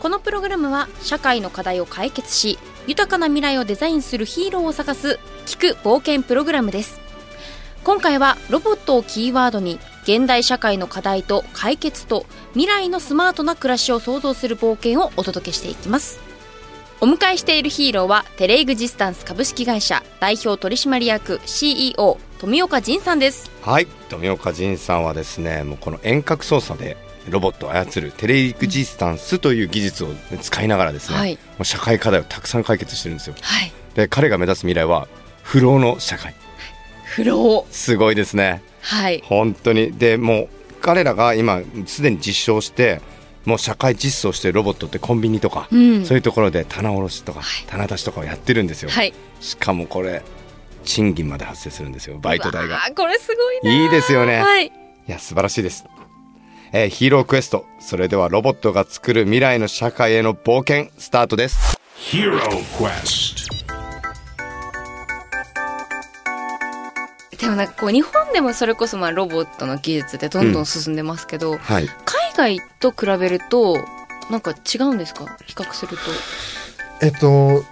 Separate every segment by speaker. Speaker 1: このプログラムは社会の課題を解決し豊かな未来をデザインするヒーローを探す聞く冒険プログラムです今回はロボットをキーワードに現代社会の課題と解決と未来のスマートな暮らしを創造する冒険をお届けしていきますお迎えしているヒーローはテレイグジスタンス株式会社代表取締役 CEO 富岡仁さんです
Speaker 2: はい、富岡仁さんはですね、もうこの遠隔操作でロボットを操るテレエクジスタンスという技術を使いながらですね、
Speaker 1: はい
Speaker 2: もう社会課題をたくさん解決してるんですよ。
Speaker 1: はい
Speaker 2: で、彼が目指す未来は不老の社会。
Speaker 1: 不老
Speaker 2: すごいですね。
Speaker 1: はい
Speaker 2: 本当に。で、もう彼らが今すでに実証して、もう社会実装してるロボットってコンビニとか、
Speaker 1: うん
Speaker 2: そういうところで棚卸しとか、
Speaker 1: はい
Speaker 2: 棚出しとかをやってるんですよ。
Speaker 1: はい
Speaker 2: しかもこれ賃金まで発生するんですよ。バイト代が。
Speaker 1: あこれすごいない
Speaker 2: いですよね
Speaker 1: はい
Speaker 2: いや、素晴らしいです。えーヒーロークエスト。それではロボットが作る未来の社会への冒険、スタートです。
Speaker 3: Hero Quest.
Speaker 1: でもなんかこう日本でもそれこそまあロボットの技術でどんどん進んでますけど、
Speaker 2: はい。
Speaker 1: 海外と比べるとなんか違うんですか比較すると
Speaker 4: えっと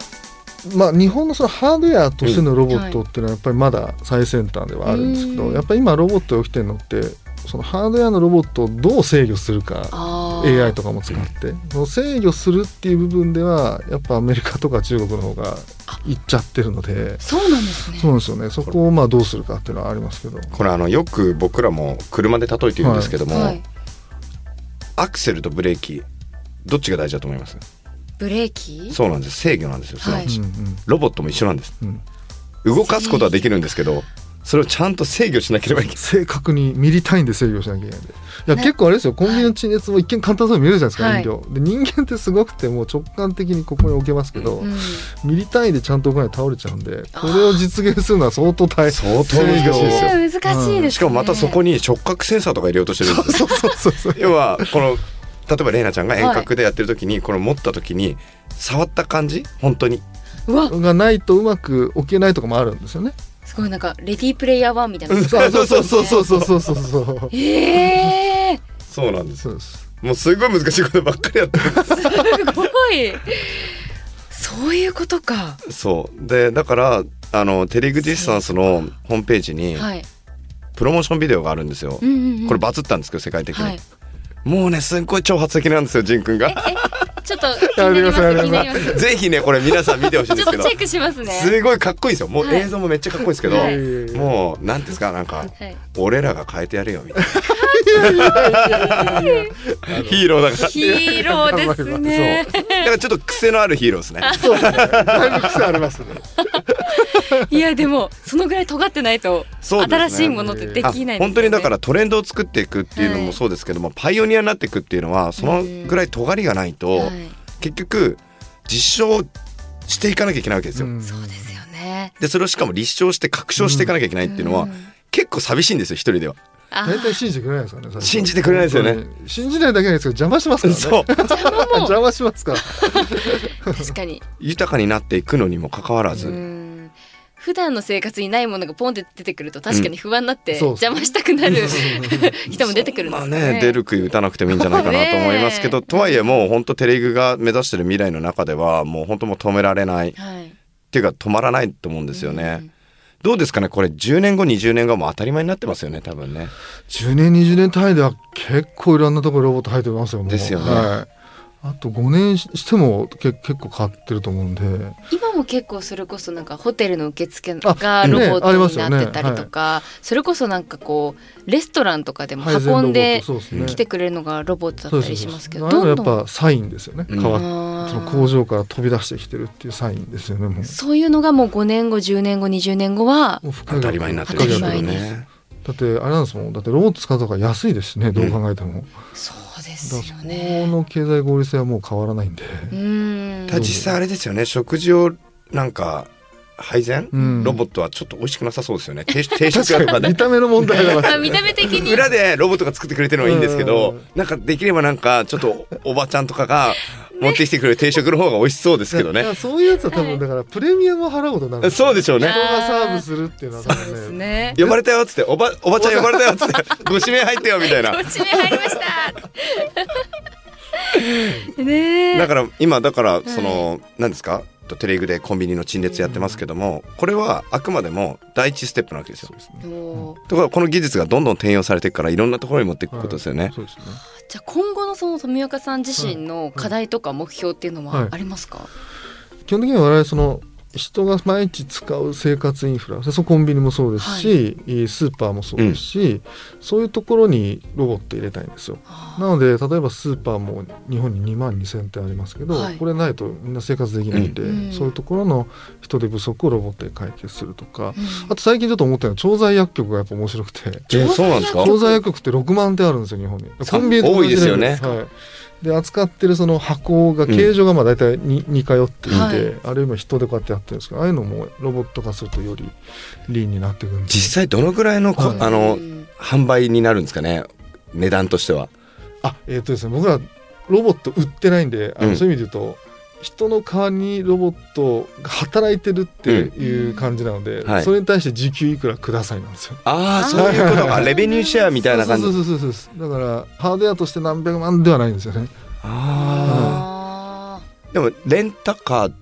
Speaker 4: まあ、日本のそのハードウェアとしてのロボットっていうのはやっぱりまだ最先端ではあるんですけど、
Speaker 1: うん
Speaker 4: やっぱり今ロボットが起きてるのってそのハードウェアのロボットをどう制御するか
Speaker 1: あー
Speaker 4: AI とかも使ってその制御するっていう部分ではやっぱアメリカとか中国の方がいっちゃってるので
Speaker 1: そうなんですね
Speaker 4: そうなんですよねそこをまあどうするかっていうのはありますけど
Speaker 2: これあの、よく僕らも車で例えて言うんですけども、
Speaker 1: はい
Speaker 2: アクセルとブレーキ、どっちが大事だと思います
Speaker 1: ブレーキ
Speaker 2: そうなんです。制御なんですよ。すなわ
Speaker 1: は
Speaker 2: ち
Speaker 1: い
Speaker 4: うん
Speaker 2: ロボットも一緒なんです。
Speaker 4: うんうん、
Speaker 2: 動かすことはできるんですけど、それをちゃんと制御しなければいけない。
Speaker 4: 正確にミリ単位で制御しなきゃいけないんでいや、
Speaker 1: ね
Speaker 4: 結構あれですよコンビニの陳列も一見簡単そうに見えるじゃないですか、
Speaker 1: はい
Speaker 4: 人形で人間ってすごくてもう直感的にここに置けますけど、
Speaker 1: うん
Speaker 4: ミリ単位でちゃんと置かないと倒れちゃうんでこれを実現するのは相当大変
Speaker 2: 相当難しいですよ
Speaker 1: ねえ難しいですね
Speaker 2: しかもまたそこに触覚センサーとか入れようとしてるんですよ
Speaker 4: そうそうそうそう
Speaker 2: 要はこの例えば玲奈ちゃんが遠隔でやってる時に、この持った時に触った感じ本当に
Speaker 1: うわ
Speaker 4: がないとうまく置けないとかもあるんですよね。
Speaker 1: すごいなんかレディープレイヤー1みたいな
Speaker 2: そうそうそうそうそう
Speaker 4: そうそうそうそう。
Speaker 1: ええ
Speaker 2: そうなんです
Speaker 4: そうです。
Speaker 2: もうすごい難しいことばっかりやってる
Speaker 1: すごいそういうことか
Speaker 2: そうでだからあのテレグディスタンスのホームページに
Speaker 1: はい
Speaker 2: プロモーションビデオがあるんですよ、
Speaker 1: うんうんうん
Speaker 2: これバズったんですけど世界的に、
Speaker 1: はい
Speaker 2: もうねすっごい挑発的なんですよジンくんが
Speaker 1: ちょっと気になります
Speaker 4: や
Speaker 1: 気に
Speaker 4: りま
Speaker 1: な
Speaker 4: す
Speaker 1: りま す
Speaker 2: ぜひねこれ皆さん見てほしいんで
Speaker 1: ち
Speaker 2: す
Speaker 1: ょっ
Speaker 2: け
Speaker 1: と
Speaker 2: ど
Speaker 1: チェックしますね
Speaker 2: すごいかっこいいですよもう
Speaker 1: はい
Speaker 2: 映像もめっちゃかっこいいですけど、
Speaker 1: はい
Speaker 2: もうなんですかなんか
Speaker 1: はい
Speaker 2: 俺らが変えてやるよみたいな ヒーロー だから
Speaker 1: ヒーローですね
Speaker 2: そう。だからちょっと癖のあるヒーローですね。
Speaker 4: そうですね。だいぶ癖ありますね。
Speaker 1: いやでもそのぐらい尖ってないと
Speaker 2: そうですね
Speaker 1: 新しいものってで
Speaker 2: あ
Speaker 1: きないですよね
Speaker 2: 本当にだからトレンドを作っていくっていうの
Speaker 1: は
Speaker 2: も
Speaker 1: い
Speaker 2: そうですけども、パイオニアになっていくっていうのはそのぐらい尖りがないと、
Speaker 1: はい
Speaker 2: 結局実証していかなきゃいけないわけですよ。
Speaker 4: うん
Speaker 1: そうですよね。
Speaker 2: でそれをしかも立証して確証していかなきゃいけないっていうのは、
Speaker 1: うん
Speaker 2: 結構寂しいんですよ一人では。
Speaker 1: あ
Speaker 4: 大体信じてくれないですからね。最初
Speaker 2: 信じてくれないですよね。
Speaker 4: 本当に信じないだけなんですけど邪魔しますからね。
Speaker 2: そう
Speaker 4: 邪魔しますから。
Speaker 1: 確かに。
Speaker 2: 豊かになっていくのにもかかわらず、
Speaker 1: うん普段の生活にないものがポンって出てくると確かに不安になって
Speaker 4: そう
Speaker 1: 邪魔したくなる 人も出てくるんで
Speaker 2: ますあ
Speaker 1: か
Speaker 2: ね
Speaker 1: ね。
Speaker 2: 出る杭打たなくてもいいんじゃないかなと思いますけど、
Speaker 1: ねえ
Speaker 2: とはいえもう本当テレグが目指してる未来の中ではもう本当もう止められない
Speaker 1: はい。
Speaker 2: っていうか止まらないと思うんですよね、
Speaker 1: うん
Speaker 2: どうですかねこれ10年後20年後も当たり前になってますよね多分ね
Speaker 4: 10年20年単位では結構いろんなところロボット入ってますよ。もう
Speaker 2: ですよね
Speaker 4: はい。あと5年ししてもけ結構変わってると思うんで。
Speaker 1: 今も結構それこそなんかホテルの受付
Speaker 4: あ
Speaker 1: がロ
Speaker 4: ね
Speaker 1: ボッ
Speaker 4: あり
Speaker 1: ト
Speaker 4: ます
Speaker 1: に
Speaker 4: よ
Speaker 1: な
Speaker 4: ね
Speaker 1: ってたりとか、それこそなんかこうレストランとかでも
Speaker 4: 配膳ロボ
Speaker 1: 運ん
Speaker 4: ッ
Speaker 1: で
Speaker 4: トそうすね
Speaker 1: 来てくれるのがロボットだったりしますけど、
Speaker 4: そう
Speaker 1: ど
Speaker 4: です
Speaker 1: ん
Speaker 4: そうですあれ
Speaker 1: どん
Speaker 4: はやっぱサインですよね。
Speaker 2: うん
Speaker 4: 変わっ
Speaker 1: あー
Speaker 4: その工場から飛び出してきてるっていうサインですよね。もう
Speaker 1: そういうのがもう5年後10年後20年後は
Speaker 4: もう不可
Speaker 2: 当
Speaker 4: 逆
Speaker 2: たり前になってるんですけど
Speaker 1: 当たり前
Speaker 2: ね
Speaker 4: だってあれなんですもんだってロボット使うとか安いですしねどう考えても、だか
Speaker 1: そうで
Speaker 4: ら
Speaker 1: す
Speaker 4: そ
Speaker 1: よ
Speaker 4: こ
Speaker 1: ね。
Speaker 4: の経済 合理性はもう変わらないんで、
Speaker 1: うーん
Speaker 2: ただ実際あれですよね食事をなんか配膳、
Speaker 4: うん
Speaker 2: ロボットはちょっと美味しくなさそうですよね 定定食屋とかで
Speaker 4: 見た目の問題だか ら
Speaker 1: あ見た目的に
Speaker 2: 裏でロボットが作ってくれてるのはいいんですけ
Speaker 4: う
Speaker 2: ど
Speaker 4: ん
Speaker 2: なんかできればなんかちょっとおばちゃんとかが持ってきてくれる定食の方が美味しそうですけど
Speaker 4: だか
Speaker 2: ね
Speaker 4: らそういうやつは多分だからプレミアムを払うことになる
Speaker 2: そうでしょうね
Speaker 4: 人がサーブするっていうのは多
Speaker 1: そうです
Speaker 4: 分ね
Speaker 1: ね
Speaker 2: 呼ばれたよっつっておばおばちゃん呼ばれたよっつってご指名入ったよみたいな
Speaker 1: こっちに入りました ねえ
Speaker 2: だから今だからその何ですかテレグでコンビニの陳列やってますけどもこれはあくまでも第一ステップなわけですよ
Speaker 4: そうですね
Speaker 1: おー
Speaker 2: ところがこの技術がどんどん転用されていくからいろんなところに持っていくことですよね、
Speaker 4: はいそうですね
Speaker 1: じゃあ今後のその富岡さん自身の課題とか目標っていうの
Speaker 4: は
Speaker 1: はいありますか、
Speaker 4: 基本的には我々その人が毎日使う生活インフラそうコンビニもそうですし、スーパーもそうですし、そういうところにロボット入れたいんですよ
Speaker 1: あ
Speaker 4: なので例えばスーパーも日本に2万2,000店ありますけど、
Speaker 1: はい
Speaker 4: これないとみんな生活できないんで、
Speaker 1: うんうん
Speaker 4: そういうところの人手不足をロボットで解決するとか、
Speaker 1: ー
Speaker 4: あと最近ちょっと思ったのは調剤薬局がやっぱ面白くて
Speaker 2: えーそうなんですか
Speaker 4: 調剤薬局って6万店あるんですよ日本に
Speaker 2: さ
Speaker 4: と同じ
Speaker 2: 多いですよね
Speaker 4: はい、で扱ってるその箱が形状がまあ大体に似通っていて、
Speaker 1: はい
Speaker 4: あるいは人でこうやってやってるんですけどああいうのもロボット化するとよりリーンになっていくんで
Speaker 2: 実際どのぐらいのこ、
Speaker 4: はい
Speaker 2: あの
Speaker 1: うん
Speaker 2: 販売になるんですかね値段としては
Speaker 4: あえっ、とですね僕らロボット売ってないんであの、
Speaker 2: うん
Speaker 4: そういう意味で言うと人の代わりにロボットが働いてるっていう感じなので、
Speaker 2: うんはい
Speaker 4: それに対して時給いくらくださいなんですよ。
Speaker 2: あ
Speaker 1: あー
Speaker 2: あそういうことかレベニューシェアみたいな感じ
Speaker 4: そうそうそうそうそうだからハードウェアとして何百万ではないんですよね。
Speaker 2: あ
Speaker 1: あ
Speaker 2: ーでもレンタカー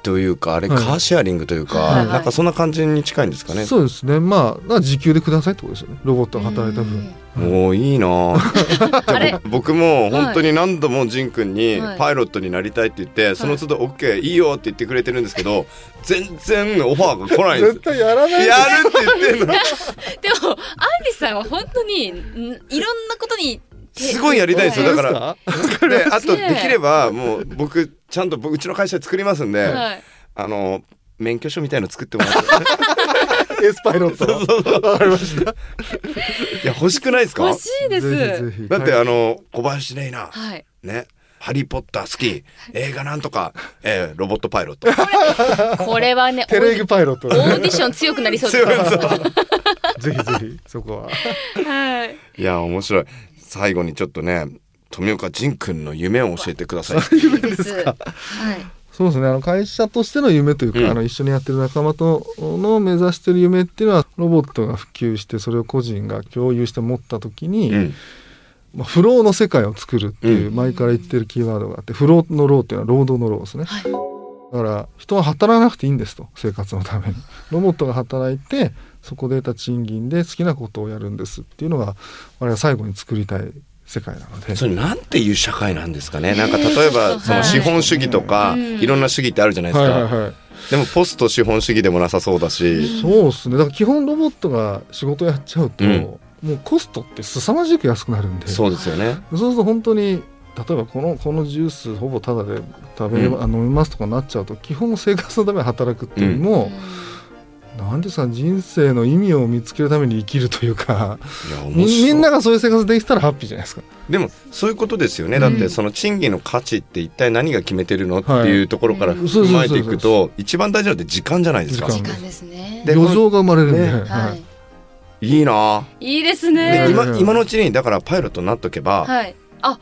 Speaker 2: というかあれカ
Speaker 4: はい
Speaker 2: ーシェアリングというか、
Speaker 4: はい
Speaker 2: なんかそんな感じに近いんですかね、
Speaker 4: そうですねまあだから時給でくださいってことですよねロボット
Speaker 1: ー
Speaker 4: が働いた
Speaker 1: うん
Speaker 4: 分
Speaker 2: もういいなぁ
Speaker 1: あれ
Speaker 2: 僕も本当に何度もジン君に
Speaker 1: はい
Speaker 2: パイロットになりたいって言って、その都度 OK いいよって言ってくれてるんですけど全然オファーが来ないんです
Speaker 4: 絶対やらない
Speaker 2: やるって言 ってんの
Speaker 1: でもアンリさんは本当にんいろんなことに手
Speaker 2: すごいやりたいんですよだから
Speaker 4: ら
Speaker 2: であと
Speaker 1: すげえ
Speaker 2: できればもう僕ちゃんと僕うちの会社で作りますんで、
Speaker 1: はい
Speaker 2: あの免許証みたいの作ってもらって
Speaker 4: エースパイロット
Speaker 2: そうそうそう
Speaker 4: わかりまし た
Speaker 2: いや欲しくないですか
Speaker 1: 欲しいです
Speaker 4: ぜひぜひ
Speaker 2: だってあの小林玲奈
Speaker 1: はい
Speaker 2: ねハリー・ポッター好き映画なんとか、えーロボットパイロット
Speaker 1: これはねオ
Speaker 4: テレグ
Speaker 1: ー
Speaker 4: パイロット
Speaker 1: ディオー
Speaker 4: ね
Speaker 1: ディション強くなり そうです
Speaker 2: 強いぞ
Speaker 4: ぜひぜひそこは
Speaker 1: はい
Speaker 2: いや面白い最後にちょっとね富岡仁君の夢を教えてください
Speaker 1: ですはい
Speaker 4: そうですねあの会社としての夢というか、
Speaker 2: うん
Speaker 4: あの一緒にやってる仲間との目指してる夢っていうのはロボットが普及してそれを個人が共有して持った時に、
Speaker 2: うん
Speaker 4: まあ、不老の世界を作るっていうう前から言ってるキーワードがあって不老の老っていうのは労働の老ですね、
Speaker 1: はい
Speaker 4: だから人は働かなくていいんですと生活のためにロボットが働いてそこで得た賃金で好きなことをやるんですっていうのが我々最後に作りたい世界なので
Speaker 2: それなんていう社会なんですかねなんか例えばそ
Speaker 1: は
Speaker 2: の
Speaker 1: い
Speaker 2: 資本主義とか、
Speaker 1: うん
Speaker 2: いろんな主義ってあるじゃないです
Speaker 4: はい
Speaker 2: か、
Speaker 4: はいはい
Speaker 2: でもポスト資本主義でもなさそうだし、
Speaker 4: そうですねだから基本ロボットが仕事やっちゃうと、
Speaker 2: うん
Speaker 4: もうコストって凄まじく安くなるんで
Speaker 2: そうですよね。
Speaker 4: そうすると本当に例えばこのこのジュースほぼタダで食べれば、
Speaker 2: うん
Speaker 4: あ飲みますとかなっちゃうと基本生活のために働くっていうよりも、なんですか人生の意味を見つけるために生きるというか
Speaker 2: いや
Speaker 4: み
Speaker 2: 面白い
Speaker 4: みんながそういう生活できたらハッピーじゃないですか。
Speaker 2: でもそういうことですよね、
Speaker 1: うん
Speaker 2: だってその賃金の価値って一体何が決めてるのっていうところから
Speaker 1: はい
Speaker 2: 踏まえていくと一番大事なのって時間じゃないですか。
Speaker 4: 時
Speaker 1: 時間ですね
Speaker 2: で
Speaker 4: 余剰が生まれるんで、
Speaker 2: ね
Speaker 4: は
Speaker 1: はいい
Speaker 2: いいな、
Speaker 1: いいです
Speaker 2: ぁで
Speaker 1: ね
Speaker 4: ね
Speaker 2: 今今のうちにだからパイロットになっとけば、
Speaker 1: はいあ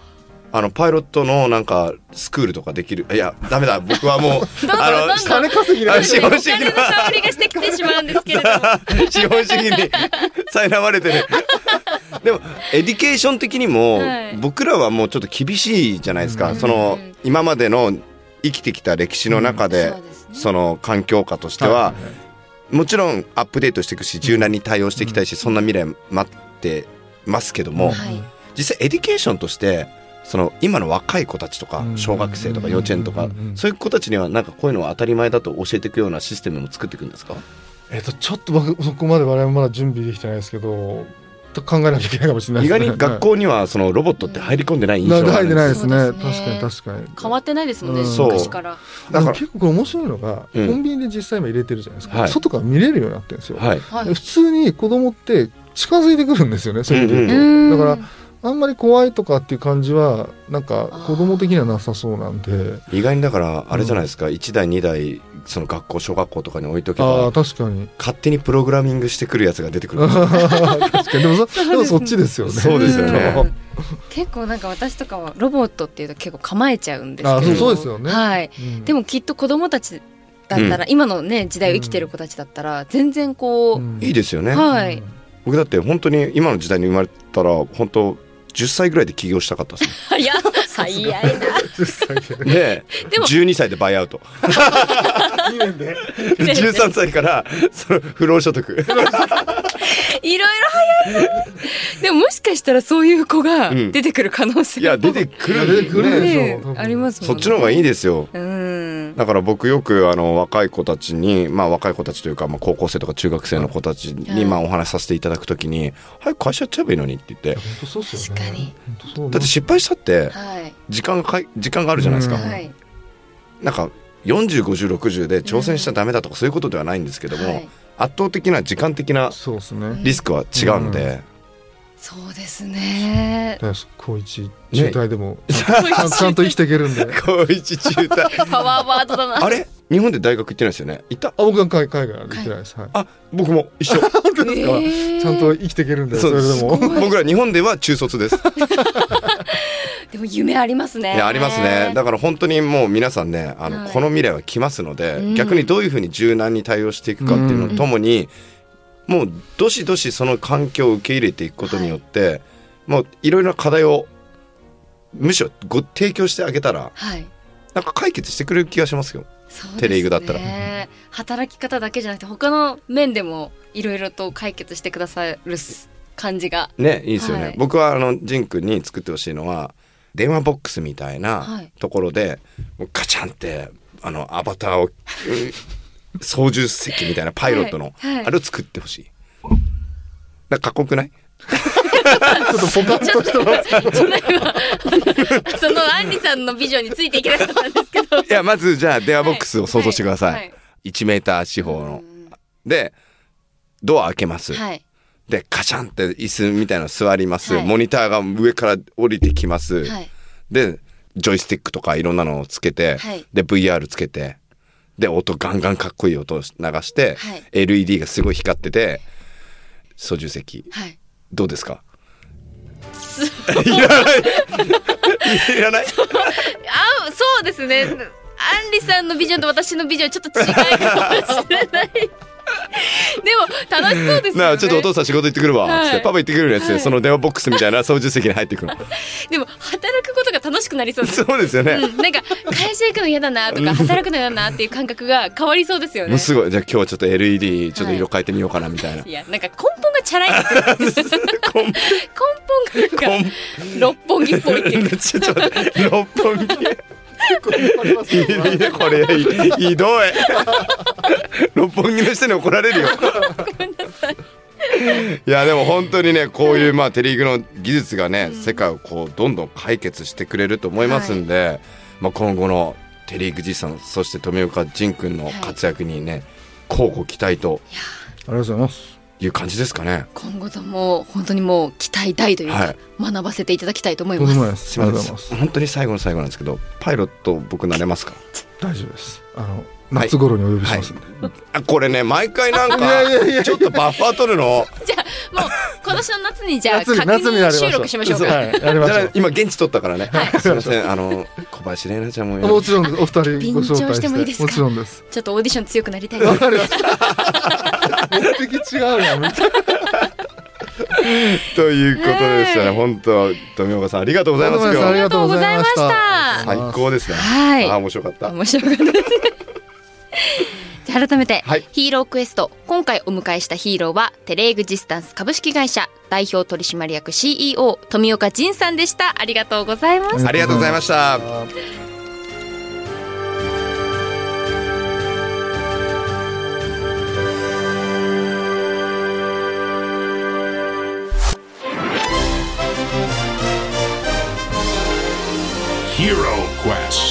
Speaker 2: あのパイロットのなんかスクールとかできるいやダメだ僕はもうあの
Speaker 1: どんどん
Speaker 4: 金稼ぎで
Speaker 2: あ
Speaker 1: お
Speaker 2: の資本
Speaker 1: 金の
Speaker 2: 主義の
Speaker 1: 香りがしてきてしまうんですけれども
Speaker 2: 資本主義に苛まれてる。でもエディケーション的にも、
Speaker 1: はい
Speaker 2: 僕らはもうちょっと厳しいじゃないですか、
Speaker 4: うん
Speaker 2: その
Speaker 1: うん
Speaker 2: 今までの生きてきた歴史の中で、
Speaker 1: そうですね
Speaker 2: その環境下としては、
Speaker 4: い
Speaker 2: もちろんアップデートしていくし柔軟に対応していきたいし、そんな未来待ってますけども、
Speaker 1: はい
Speaker 2: 実際エディケーションとしてその今の若い子たちとか
Speaker 4: うん
Speaker 2: 小学生とか幼稚園と
Speaker 4: う
Speaker 2: か
Speaker 4: んうんうん
Speaker 2: そういう子たちにはなんかこういうのは当たり前だと教えていくようなシステムも作っていくんですか
Speaker 4: えっとちょっと僕そこまで我々まだ準備できてないですけどちょっと考えなきゃいけないかもしれない
Speaker 2: 意
Speaker 4: です
Speaker 2: 外
Speaker 4: ね
Speaker 2: に学校にはそのロボットって入り込んでない印
Speaker 4: な
Speaker 2: 象があ
Speaker 4: 入
Speaker 2: るん
Speaker 4: って
Speaker 2: で
Speaker 4: ない
Speaker 2: す
Speaker 4: で
Speaker 2: よ
Speaker 4: すね
Speaker 1: そうですね
Speaker 4: 確かに確かに
Speaker 1: 変わってないですもんね、
Speaker 4: うん
Speaker 2: そう
Speaker 1: 昔から
Speaker 2: だ
Speaker 4: だ
Speaker 2: か
Speaker 4: からら結構これ面白いのが、
Speaker 2: うん
Speaker 4: コンビニで実際今入れてるじゃないですか、
Speaker 2: はい
Speaker 4: 外から見れるようになってるんですよ、
Speaker 2: はい
Speaker 1: はい
Speaker 4: で普通に子供って近づいてくるんですよねそういう意味で言うと、だからあんまり怖いとかっていう感じはなんか子供的にはなさそうなんで
Speaker 2: 意外にだからあれじゃないですか1台2台その学校小学校とかに置いとけ
Speaker 4: ああ
Speaker 2: ば
Speaker 4: 確かに
Speaker 2: 勝手にプログラミングしてくるやつが出てくる
Speaker 4: 確かにでもそでもそっちですよね
Speaker 2: そうですよね
Speaker 1: うん結構なんか私とかはロボットっていうと結構構えちゃうんですけど
Speaker 4: あそうそうですよね
Speaker 1: はい、
Speaker 4: うん
Speaker 1: でもきっと子供たちだったら、今のね時代を生きてる子たちだったら全然こう、
Speaker 4: うん
Speaker 2: いいですよね、
Speaker 1: はい、
Speaker 2: 僕だって本当に今の時代に生まれたら本当10歳ぐらいで起業したかったです
Speaker 1: 早っ早いな
Speaker 2: ねで
Speaker 1: でも
Speaker 2: 12歳でバイアウト
Speaker 4: 2年で
Speaker 2: で13歳からその不労所得
Speaker 1: いろいろ早いなでももしかしたらそういう子が
Speaker 2: うん
Speaker 1: 出てくる可能性
Speaker 2: い
Speaker 1: も、
Speaker 2: や出てくる
Speaker 4: 出てくるでしょ
Speaker 1: ね
Speaker 4: 多分
Speaker 1: ありますもん
Speaker 2: そっちの方がいいですよ
Speaker 1: うん
Speaker 2: だから僕よくあの若い子たちにまあ若い子たちというかまあ高校生とか中学生の子たち
Speaker 1: はい
Speaker 2: にまあお話しさせていただくときに「早く会社やっちゃえばいいのに」って言って
Speaker 4: 本当そうですよ
Speaker 1: 確か
Speaker 4: ね
Speaker 1: に
Speaker 4: 本当そう
Speaker 2: だって失敗したって
Speaker 1: はい
Speaker 2: 時間がかい時間があるじゃないですか
Speaker 4: うん
Speaker 1: はい
Speaker 2: なんか405060で挑戦しちゃダメだとかそういうことではないんですけど
Speaker 1: は
Speaker 2: も
Speaker 1: い
Speaker 2: 圧倒的な時間的な
Speaker 4: そうですね
Speaker 2: リスクは違うので
Speaker 1: そうですね
Speaker 4: だから高一中退 でもち
Speaker 1: ち
Speaker 4: ゃんちゃんと生きていけるんであ
Speaker 2: 高一中退
Speaker 1: パワーワードだな
Speaker 2: あれ日本で大学行ってないですよね行った
Speaker 4: 僕は海海外はできないですはい
Speaker 2: あ僕も一緒
Speaker 1: えー
Speaker 4: ちゃんと生きてい けるんでそれでも
Speaker 2: 僕ら日本では中卒です
Speaker 1: でも夢ありますね
Speaker 2: いやありますねだから本当にもう皆さんねあの、
Speaker 1: はい
Speaker 2: この未来は来ますので、
Speaker 1: うん
Speaker 2: 逆にどういうふうに柔軟に対応していくかっていうのとともに、もうどしどしその環境を受け入れていくことによって、もういろいろな課題をむしろご提供してあげたら
Speaker 1: はい
Speaker 2: なんか解決してくれる気がしますよ。
Speaker 1: そうですね
Speaker 2: テレイグだったら
Speaker 1: 働き方だけじゃなくて他の面でもいろいろと解決してくださる感じが
Speaker 2: ねいいですよね。
Speaker 1: はい
Speaker 2: 僕はあのジン君に作ってほしいのは電話ボックスみたい
Speaker 1: は
Speaker 2: ないところで、もうガチャンってあのアバターをうん操縦席みたいなパイロットの、
Speaker 1: はいはい
Speaker 2: あれを作ってほしい。なんかかっこよくない？
Speaker 4: ちょっとポカッとしてます
Speaker 1: そのアンリさんのビジョンについていけなかったんです けど
Speaker 2: いやまずじゃあ電話ボックスを想像してください。
Speaker 1: はいはい
Speaker 2: 1メーター四方のでドア開けます。
Speaker 1: はい
Speaker 2: でカチャンって椅子みたいなの座ります、
Speaker 1: はい
Speaker 2: モニターが上から降りてきます、
Speaker 1: はい
Speaker 2: でジョイスティックとかいろんなのをつけて、
Speaker 1: はい
Speaker 2: で VR つけてで音ガンガンかっこいい音を流して、
Speaker 1: はい
Speaker 2: LED がすごい光ってて操縦席
Speaker 1: はい
Speaker 2: どうですかいらない いらない
Speaker 1: あそうですねアンリさんのビジョンと私のビジョンちょっと違うかもしれないでも楽しそうです よ
Speaker 2: なあ
Speaker 1: ね
Speaker 2: ちょっとお父さん仕事行ってくるわ、
Speaker 1: はい
Speaker 2: つってパパ行ってくるやつで、
Speaker 1: はい
Speaker 2: その電話ボックスみたいな操縦席に入ってくる
Speaker 1: でも働くことが楽しくなりそうです
Speaker 2: そうですよね、
Speaker 1: うん、なんか会社行くの嫌だなとか働くの嫌だなっていう感覚が変わりそうですよ
Speaker 2: も
Speaker 1: ね
Speaker 2: う。すごいじゃあ今日はちょっと LED ちょっと色変えてみようかなみた いな、
Speaker 1: いやなんか根本がチ ャラいですよ
Speaker 2: 根
Speaker 1: 根本がなんか六本木っぽいっていうか
Speaker 2: ちょっと待って六本木
Speaker 4: よ
Speaker 2: いやこれひどい六本木の人に怒られるよいやでも本当にねこういうまあテレビの技術がね、世界をこうどんどん解決してくれると思いますんで、まあ今後のテレビじいさんそして富岡仁君の活躍にね乞うご期待と
Speaker 4: ありがとうございます
Speaker 2: いう感じですかね。
Speaker 1: 今後とも本当にもう期待大というか、
Speaker 2: はい
Speaker 1: 学ばせていただきたいと思い
Speaker 4: とん
Speaker 1: ま。
Speaker 4: ですもないで
Speaker 2: すみま
Speaker 4: すありが
Speaker 2: せ
Speaker 4: とうんございます
Speaker 2: 本当に最後の最後なんですけどパイロット僕なれますか
Speaker 4: 大丈夫ですあの夏頃にお呼びしますんで
Speaker 2: あこれね毎回なんか
Speaker 4: いやいやいや
Speaker 2: ちょっとバッファー取るの
Speaker 1: じゃあもう今年の夏にじゃあ
Speaker 4: 夏
Speaker 1: 確
Speaker 4: に夏にやりま
Speaker 1: 認
Speaker 4: しょう
Speaker 1: 収録しましょうか。
Speaker 4: はいやりましょ
Speaker 2: じゃあ今現地取ったからね、
Speaker 1: はい
Speaker 2: すいませんあの小林玲奈ちゃんも
Speaker 4: うもちろんですお二人ご紹
Speaker 1: 緊張し
Speaker 4: 介してて
Speaker 1: もいいですか
Speaker 4: もちろんです
Speaker 1: ちょっとオーディション強くなりたいです
Speaker 4: わかりました目的違うやんみたいな
Speaker 2: ということでしたね、
Speaker 1: はい
Speaker 2: 本当富岡さんありがとうござい ます
Speaker 4: あり
Speaker 2: 今日
Speaker 4: がとうございました
Speaker 1: あり
Speaker 2: 最高ですね
Speaker 1: はい
Speaker 2: あー面白かった
Speaker 1: 面白かったですね。じゃあ改めて、
Speaker 2: はい
Speaker 1: ヒーロークエスト今回お迎えしたヒーローはテレエグジスタンス株式会社代表取締役 CEO 富岡仁さんでしたありがとうございました
Speaker 2: ありがとうございました
Speaker 3: Hero Quest.